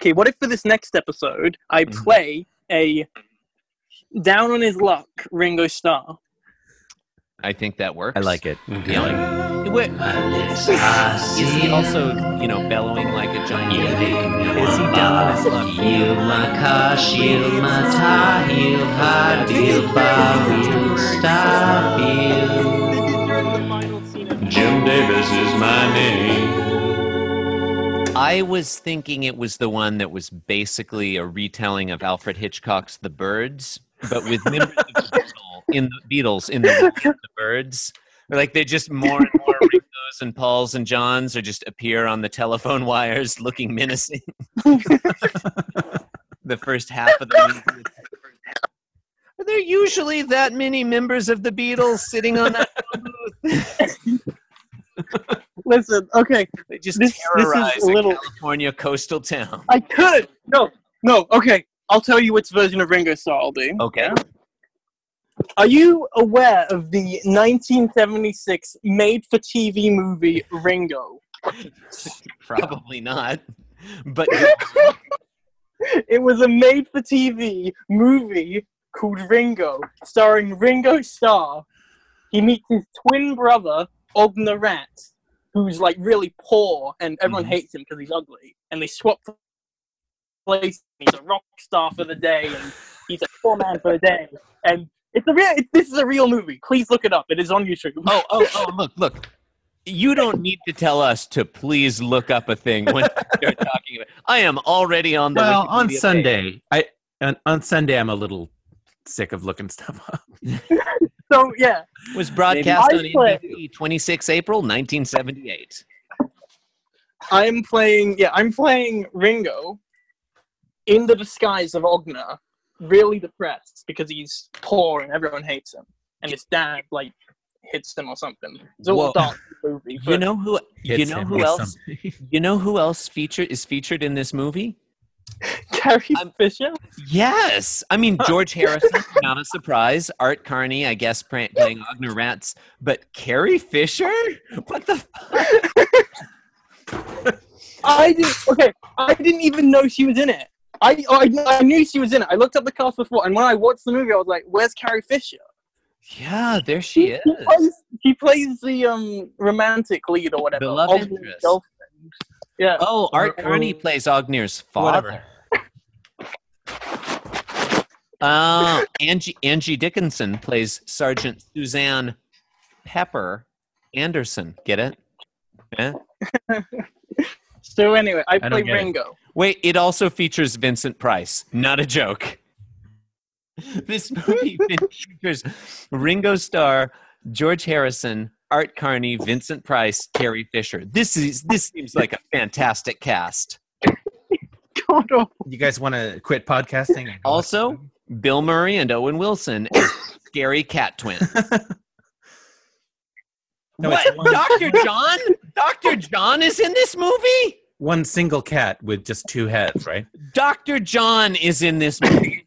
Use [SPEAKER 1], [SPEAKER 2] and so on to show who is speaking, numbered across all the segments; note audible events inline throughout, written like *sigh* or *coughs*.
[SPEAKER 1] okay, what if for this next episode I
[SPEAKER 2] Mhm.
[SPEAKER 1] play a down on his luck Ringo Starr?
[SPEAKER 3] I think that works.
[SPEAKER 2] I like it.
[SPEAKER 3] yelling. Wait, is he also, you know, bellowing like a giant? Um, Is he down on his luck?
[SPEAKER 1] This is during the final scene of
[SPEAKER 4] Jim Davis is my name.
[SPEAKER 3] I was thinking it was the one that was basically a retelling of Alfred Hitchcock's The Birds, but with members of the Beatles in the Beatles in the, role of the Birds. Or like they just more and more Rico's and Pauls and Johns or just appear on the telephone wires looking menacing. *laughs* the first half of the movie. Are there usually that many members of the Beatles sitting on that phone booth?
[SPEAKER 1] Listen, okay,
[SPEAKER 3] They just
[SPEAKER 1] This- this is a
[SPEAKER 3] terrorize a
[SPEAKER 1] little-
[SPEAKER 3] California coastal town.
[SPEAKER 1] I could. No, no, okay. I'll tell you which version of Ringo Starr I'll do.
[SPEAKER 3] Okay.
[SPEAKER 1] Are you aware of the 1976 made for TV movie Ringo?
[SPEAKER 3] Probably not. But
[SPEAKER 1] *laughs* It was a made for TV movie called Ringo, starring Ringo Starr. He meets his twin brother, Ogna Rat, who's like really poor and everyone
[SPEAKER 3] Mhm.
[SPEAKER 1] hates him because he's ugly. And they swap places. He's a rock star for the day and he's a poor man for the day. And it's a real, it, this is a real movie. Please look it up. It is on YouTube. *laughs*
[SPEAKER 3] oh, oh, oh, look, look. You don't need to tell us to please look up a thing when *laughs* we start talking about. I am already on the
[SPEAKER 2] Well, on
[SPEAKER 3] Wikipedia page.
[SPEAKER 2] Sunday, I on, on Sunday I'm a little sick of looking stuff up.
[SPEAKER 1] So, yeah.
[SPEAKER 3] was broadcast on
[SPEAKER 1] Maybe. I
[SPEAKER 3] NBC 26 April 1978.
[SPEAKER 1] I'm playing. Yeah, I'm playing Ringo in the disguise of Ogna, really depressed because he's poor and everyone hates him, and his dad like hits him or something. It's all
[SPEAKER 3] Whoa.
[SPEAKER 1] dark movie.
[SPEAKER 3] You
[SPEAKER 1] but-
[SPEAKER 3] know who? You
[SPEAKER 2] Hits
[SPEAKER 3] know
[SPEAKER 2] him
[SPEAKER 3] who
[SPEAKER 2] with
[SPEAKER 3] else?
[SPEAKER 2] something.
[SPEAKER 3] You know who else feature is featured in this movie?
[SPEAKER 1] Carrie
[SPEAKER 3] I'm-
[SPEAKER 1] Fisher.
[SPEAKER 3] Yes, I mean George Harrison, not a surprise. Art Carney, I guess, pra- playing Ogner Rats, but Carrie Fisher? What the?
[SPEAKER 1] I didn't. Okay, I didn't even know she was in it. I, I kn- I knew she was in it. I looked up the cast before, and when I watched the movie, I was like, "Where's Carrie Fisher?"
[SPEAKER 3] Yeah, there she is.
[SPEAKER 1] She plays, she plays the um romantic lead or whatever.
[SPEAKER 3] The love
[SPEAKER 1] Ogna's
[SPEAKER 3] interest.
[SPEAKER 1] girlfriend. Yeah.
[SPEAKER 3] Oh, Art
[SPEAKER 2] Or-
[SPEAKER 3] Carney
[SPEAKER 2] or-
[SPEAKER 3] plays Ognir's father.
[SPEAKER 2] Whatever.
[SPEAKER 3] *laughs* Uh, Angie Angie Dickinson plays Sergeant Suzanne Pepper Anderson. Get it? Yeah.
[SPEAKER 1] So anyway, I
[SPEAKER 2] don't
[SPEAKER 1] play
[SPEAKER 2] get it.
[SPEAKER 1] Ringo.
[SPEAKER 3] Wait, it also features Vincent Price. Not a joke. *laughs* This movie *laughs* features Ringo Starr, George Harrison, Art Carney, Vincent Price, Carrie Fisher. This is this seems like a fantastic cast.
[SPEAKER 1] God awful.
[SPEAKER 2] *laughs* You guys want to quit podcasting? and-
[SPEAKER 3] *laughs* Also, Bill Murray and Owen Wilson as *coughs* scary cat twins.
[SPEAKER 2] *laughs* No, it's
[SPEAKER 3] what?
[SPEAKER 2] one-
[SPEAKER 3] Dr. John? Dr. John is in this movie?
[SPEAKER 2] one single cat with just two heads, right?
[SPEAKER 3] Dr. John is in this movie.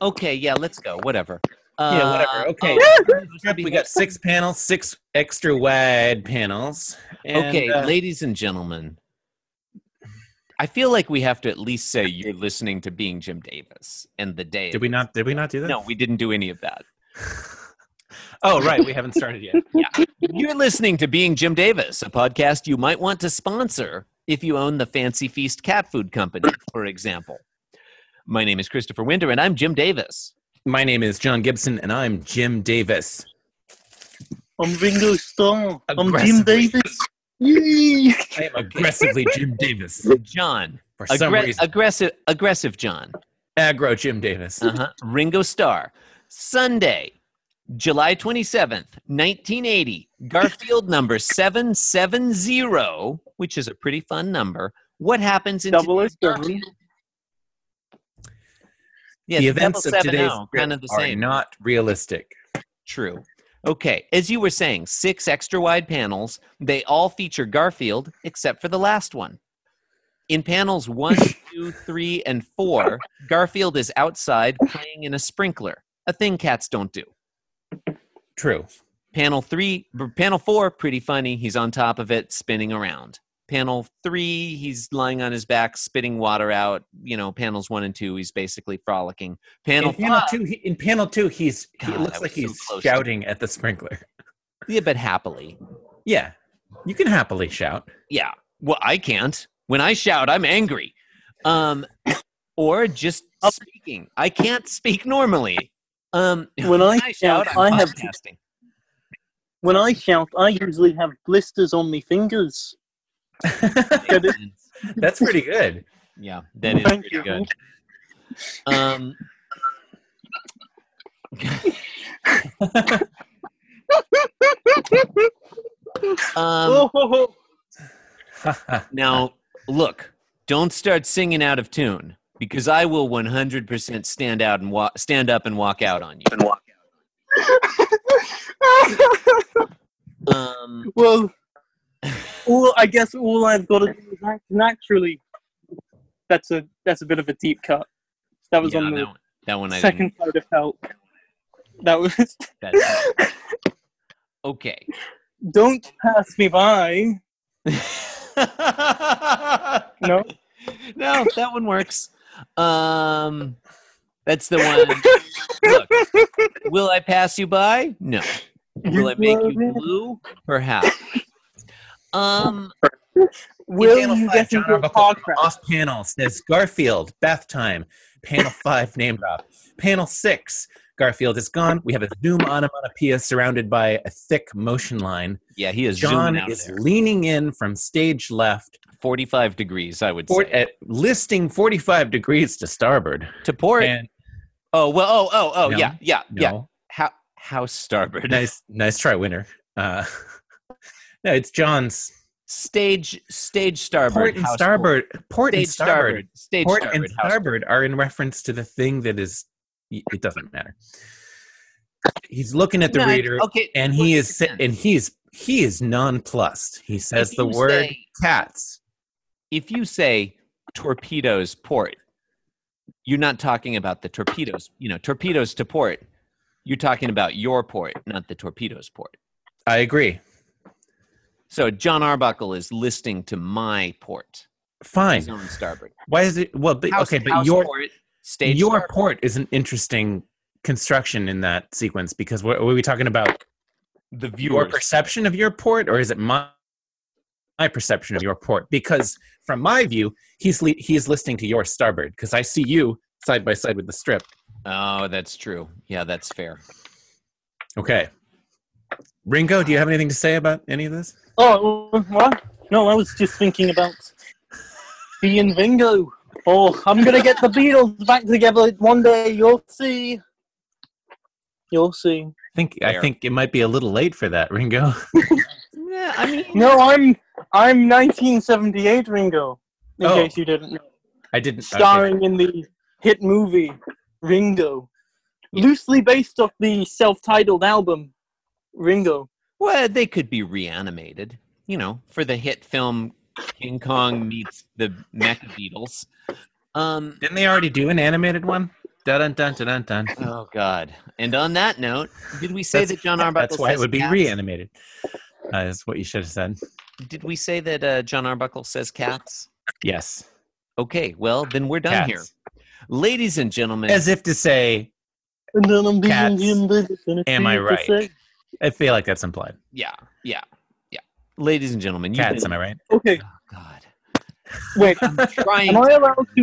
[SPEAKER 3] Okay, yeah, let's go. Whatever.
[SPEAKER 2] yeah, whatever.
[SPEAKER 3] Uh,
[SPEAKER 2] Okay. Yep, we got six panels, six extra wide panels. and,
[SPEAKER 3] okay,
[SPEAKER 2] uh,
[SPEAKER 3] ladies and gentlemen. I feel like we have to at least say you're listening to Being Jim Davis and the day.
[SPEAKER 2] did we not? Did we not do that?
[SPEAKER 3] No, we didn't do any of that.
[SPEAKER 2] Oh, right. We haven't
[SPEAKER 3] *laughs*
[SPEAKER 2] started yet.
[SPEAKER 3] You're listening to Being Jim Davis, a podcast you might want to sponsor if you own the Fancy Feast Cat Food Company, for example. My name is Christopher Winter, and I'm Jim Davis.
[SPEAKER 2] My name is John Gibson, and I'm Jim Davis.
[SPEAKER 1] I'm Ringo Starr. I'm Jim
[SPEAKER 2] Aggressively.
[SPEAKER 1] Davis. Yee!
[SPEAKER 2] I am aggressively
[SPEAKER 1] *laughs*
[SPEAKER 2] Jim Davis.
[SPEAKER 3] John,
[SPEAKER 2] For some
[SPEAKER 3] aggre-
[SPEAKER 2] reason,
[SPEAKER 3] aggressive, aggressive John.
[SPEAKER 2] aggro Jim Davis.
[SPEAKER 3] Uh-huh. Ringo Starr. Sunday, July 27th, 1980.
[SPEAKER 1] *laughs*
[SPEAKER 3] Garfield number 770, which is a pretty fun number. What happens in
[SPEAKER 1] Double
[SPEAKER 3] today's
[SPEAKER 1] is
[SPEAKER 3] story? Yeah,
[SPEAKER 2] the events of
[SPEAKER 3] 770,
[SPEAKER 2] today's
[SPEAKER 3] kind of the
[SPEAKER 2] are
[SPEAKER 3] same.
[SPEAKER 2] not realistic.
[SPEAKER 3] True. Okay, as you were saying, six extra wide panels. They all feature Garfield, except for the last one. In panels
[SPEAKER 2] *laughs*
[SPEAKER 3] one, two, three, and four, Garfield is outside playing in a sprinkler, a thing cats don't do.
[SPEAKER 2] True.
[SPEAKER 3] Panel three, b- panel four, pretty funny. He's on top of it, spinning around. Panel three, he's lying on his back, spitting water out. You know, panels one and two, he's basically frolicking. Panel,
[SPEAKER 2] in panel
[SPEAKER 3] five,
[SPEAKER 2] two, he, in panel two, he's he
[SPEAKER 3] God,
[SPEAKER 2] looks
[SPEAKER 3] that
[SPEAKER 2] like
[SPEAKER 3] was so
[SPEAKER 2] he's
[SPEAKER 3] close.
[SPEAKER 2] shouting at the sprinkler.
[SPEAKER 3] yeah, but happily.
[SPEAKER 2] Yeah, you can happily shout. *laughs*
[SPEAKER 3] Yeah. Well, I can't. When I shout, I'm angry. Um, or just
[SPEAKER 1] Oh.
[SPEAKER 3] speaking. I can't speak normally. Um,
[SPEAKER 1] When I shout,
[SPEAKER 3] I'm
[SPEAKER 1] I have-
[SPEAKER 3] podcasting.
[SPEAKER 1] When I shout, I usually have blisters on my fingers. That is-
[SPEAKER 2] That's
[SPEAKER 1] *laughs*
[SPEAKER 2] pretty good.
[SPEAKER 3] Yeah, that is
[SPEAKER 1] Thank
[SPEAKER 3] pretty
[SPEAKER 1] you.
[SPEAKER 3] good.
[SPEAKER 1] *laughs*
[SPEAKER 3] Um, um,
[SPEAKER 1] oh,
[SPEAKER 3] Um,
[SPEAKER 1] ho, ho.
[SPEAKER 3] now, look, don't start singing out of tune because I will 100% stand out and wa- stand up and walk out on you. Um,
[SPEAKER 1] well, all, I guess all I've got to do is act naturally. That's a that's a bit of a deep cut. That was
[SPEAKER 3] yeah,
[SPEAKER 1] on
[SPEAKER 3] that
[SPEAKER 1] the
[SPEAKER 3] one, that one I didn't
[SPEAKER 1] second side of help. That was *laughs*
[SPEAKER 3] That's okay. *laughs*
[SPEAKER 1] don't pass me by. No,
[SPEAKER 3] *laughs* no, that one works. Um, that's the one. Look, will I pass you by? No. Will I make you blue? Perhaps. Um,
[SPEAKER 1] will
[SPEAKER 2] Panel
[SPEAKER 1] you
[SPEAKER 2] five,
[SPEAKER 1] get
[SPEAKER 2] John
[SPEAKER 1] into a
[SPEAKER 2] Arbuckle
[SPEAKER 1] car
[SPEAKER 2] from
[SPEAKER 1] crash?
[SPEAKER 2] Off panel says Garfield, bath time.
[SPEAKER 1] *laughs*
[SPEAKER 2] Panel five, name drop. Panel six, Garfield is gone. We have a zoom on him on a Pia surrounded by a thick motion line.
[SPEAKER 3] yeah, he is
[SPEAKER 2] John
[SPEAKER 3] zooming out
[SPEAKER 2] is
[SPEAKER 3] there.
[SPEAKER 2] leaning in from stage left,
[SPEAKER 3] Forty-five degrees, I would
[SPEAKER 2] for,
[SPEAKER 3] say.
[SPEAKER 2] at, listing 45 degrees to starboard.
[SPEAKER 3] To port.
[SPEAKER 2] And
[SPEAKER 3] oh well. Oh oh oh
[SPEAKER 2] No,
[SPEAKER 3] yeah yeah
[SPEAKER 2] no,
[SPEAKER 3] yeah. How house starboard.
[SPEAKER 2] nice, nice try, winner. Uh, *laughs* no, it's John's
[SPEAKER 3] Stage stage starboard.
[SPEAKER 2] port and
[SPEAKER 3] house port.
[SPEAKER 2] starboard. Port
[SPEAKER 3] Stage
[SPEAKER 2] and starboard.
[SPEAKER 3] starboard. Stage
[SPEAKER 2] port
[SPEAKER 3] starboard.
[SPEAKER 2] and
[SPEAKER 3] house
[SPEAKER 2] starboard are in reference to the thing that is it doesn't matter he's looking at the
[SPEAKER 3] No, I-
[SPEAKER 2] reader
[SPEAKER 3] Okay,
[SPEAKER 2] and he is sa-
[SPEAKER 3] 100%.
[SPEAKER 2] and he is he is nonplussed he says
[SPEAKER 3] If
[SPEAKER 2] the
[SPEAKER 3] you
[SPEAKER 2] word
[SPEAKER 3] say-
[SPEAKER 2] cats
[SPEAKER 3] if you say torpedoes port, you're not talking about the torpedoes. You know, torpedoes to port. You're talking about your port, not the torpedoes port.
[SPEAKER 2] i agree
[SPEAKER 3] So John Arbuckle is listing to my port. He's
[SPEAKER 2] fine
[SPEAKER 3] on starboard.
[SPEAKER 2] why is it well but,
[SPEAKER 3] House-
[SPEAKER 2] okay but
[SPEAKER 3] house
[SPEAKER 2] your
[SPEAKER 3] port, stage
[SPEAKER 2] your
[SPEAKER 3] starboard.
[SPEAKER 2] port is an interesting construction in that sequence because what were we talking about
[SPEAKER 3] the
[SPEAKER 2] your
[SPEAKER 3] viewers.
[SPEAKER 2] perception of your port or is it my my perception of your port because from my view he's le- he's listening to your starboard because i see you side by side with the strip
[SPEAKER 3] Oh, that's true. Yeah, that's fair.
[SPEAKER 2] okay ringo do you have anything to say about any of this
[SPEAKER 1] Oh, what? No, I was just thinking about being Vingo. Oh, I'm gonna get the Beatles back together one day. You'll see. You'll see.
[SPEAKER 2] i think i
[SPEAKER 3] Fair.
[SPEAKER 2] think it might be a little late for that ringo *laughs*
[SPEAKER 3] Yeah, I mean,
[SPEAKER 1] No, I'm I'm 1978 Ringo. In
[SPEAKER 2] Oh.
[SPEAKER 1] case you didn't know,
[SPEAKER 2] i didn't okay.
[SPEAKER 1] starring in the hit movie Ringo, loosely based off the self-titled album Ringo.
[SPEAKER 3] Well, they could be reanimated, you know, for the hit film King Kong meets the Mecha Beatles. Um,
[SPEAKER 2] didn't they already do an animated one dun dun dun dun dun, dun.
[SPEAKER 3] oh God! And on that note, did we say
[SPEAKER 2] That's-
[SPEAKER 3] that John Arbuckle?
[SPEAKER 2] that's why
[SPEAKER 3] says
[SPEAKER 2] it would be
[SPEAKER 3] cats?
[SPEAKER 2] reanimated uh, is what you should have said
[SPEAKER 3] Did we say that uh, John Arbuckle says cats?
[SPEAKER 2] yes
[SPEAKER 3] Okay, well then we're done
[SPEAKER 2] cats.
[SPEAKER 3] here, ladies and gentlemen.
[SPEAKER 2] as if to say
[SPEAKER 1] And then I'm being
[SPEAKER 2] Cats.
[SPEAKER 1] in the vicinity
[SPEAKER 2] Am I
[SPEAKER 1] to
[SPEAKER 2] right?
[SPEAKER 1] say-
[SPEAKER 2] i feel like that's implied
[SPEAKER 3] yeah, yeah, yeah. Ladies and gentlemen, you
[SPEAKER 2] cats am i right
[SPEAKER 1] Okay,
[SPEAKER 3] Oh, God,
[SPEAKER 1] wait.
[SPEAKER 3] I'm
[SPEAKER 2] *laughs*
[SPEAKER 3] trying.
[SPEAKER 1] Am I allowed to?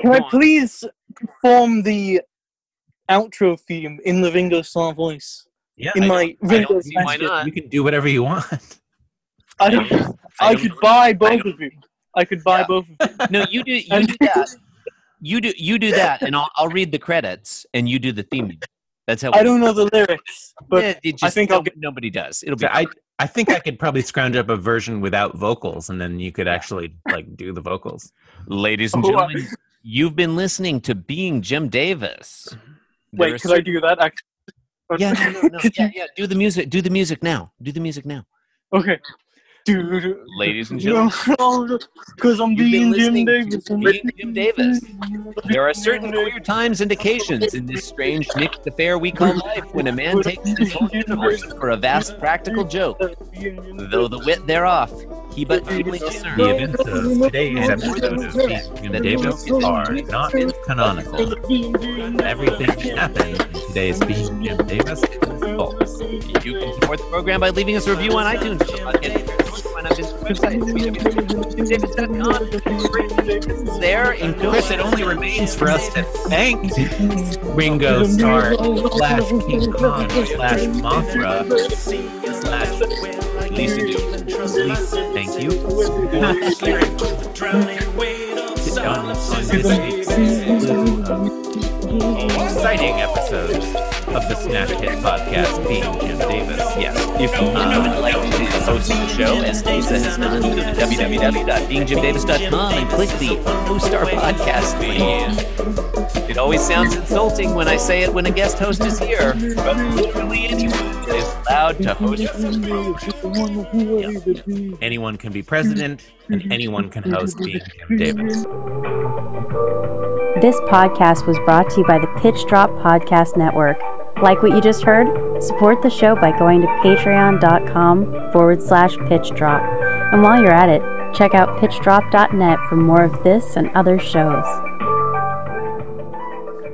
[SPEAKER 1] Can I
[SPEAKER 3] Go on.
[SPEAKER 1] please perform the outro theme in the Ringo Starr voice?
[SPEAKER 2] yeah
[SPEAKER 1] In
[SPEAKER 3] I
[SPEAKER 1] my
[SPEAKER 3] don't- I don't
[SPEAKER 1] Ringo
[SPEAKER 3] see why
[SPEAKER 1] Starr-
[SPEAKER 3] not.
[SPEAKER 2] you can uh, do whatever you *laughs* want
[SPEAKER 1] I,
[SPEAKER 3] don't-
[SPEAKER 1] don't-
[SPEAKER 3] I
[SPEAKER 1] I
[SPEAKER 3] don't
[SPEAKER 1] could
[SPEAKER 3] know.
[SPEAKER 1] buy
[SPEAKER 3] I
[SPEAKER 1] both
[SPEAKER 3] don't-
[SPEAKER 1] of you. I could buy
[SPEAKER 3] Yeah.
[SPEAKER 1] both of you.
[SPEAKER 3] No, you do. You
[SPEAKER 1] And-
[SPEAKER 3] do that. You do. You do that, and I'll, I'll read the credits, and you do the theme. music. That's how.
[SPEAKER 1] I don't know the lyrics, but
[SPEAKER 3] Yeah, it just,
[SPEAKER 1] I think I'll
[SPEAKER 3] no-
[SPEAKER 1] get-
[SPEAKER 3] nobody does. It'll be.
[SPEAKER 2] So I I think I could probably scrounge up a version without vocals, and then you could actually like do the vocals.
[SPEAKER 3] Ladies and
[SPEAKER 1] Oh, I-
[SPEAKER 3] gentlemen, you've been listening to Being Jim Davis. There are
[SPEAKER 1] wait, could I do that? Actually,
[SPEAKER 3] Yeah, no,
[SPEAKER 1] *laughs*
[SPEAKER 3] no, no. yeah, yeah. Do the music. Do the music now. Do the music now.
[SPEAKER 1] okay. Dude,
[SPEAKER 3] Ladies and gentlemen,
[SPEAKER 1] *laughs* because I'm
[SPEAKER 3] You've
[SPEAKER 1] being
[SPEAKER 3] been
[SPEAKER 1] Jim
[SPEAKER 3] listening to
[SPEAKER 1] Davis.
[SPEAKER 3] Being Jim Davis. there are certain queer times and occasions in this strange mixed affair we call life when a man takes his whole universe for a vast practical joke, though the wit thereof He but
[SPEAKER 1] It
[SPEAKER 3] humbly
[SPEAKER 1] is-
[SPEAKER 3] served.
[SPEAKER 2] The events of today's episode of Deep in the Daybook are not canonical. Everything happened in today's Being Jim Davis is false.
[SPEAKER 3] You can support the program by leaving us a review on iTunes. for the podcast. Find us on our website, www.davis.com. It's There, including
[SPEAKER 2] Chris, it only remains for us to
[SPEAKER 1] *laughs*
[SPEAKER 2] thank Ringo Starr slash King Kong slash Mothra slash Lisa Duke. Thank you. Sit down on this exciting episodes of the Snatch Hit Podcast being Jim Davis. Yes,
[SPEAKER 3] If you uh, would like to host the show, as Lisa has done, go to www.beingjimdavis.com and click the host our podcast link. It always sounds insulting when I say it when a guest host is here, but literally anyone is allowed to host this program.
[SPEAKER 2] anyone can be president and anyone can host being Jim Davis.
[SPEAKER 5] This podcast was brought to you by the Pitch Drop Podcast Network. Like what you just heard? Support the show by going to patreon.com forward slash pitch drop. And while you're at it, check out pitchdrop.net for more of this and other shows.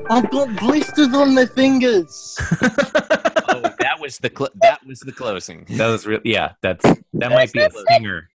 [SPEAKER 1] I've got blisters on my fingers.
[SPEAKER 3] Oh, that was the cl- that was the closing.
[SPEAKER 2] That was real. Yeah, that's that might be a stinger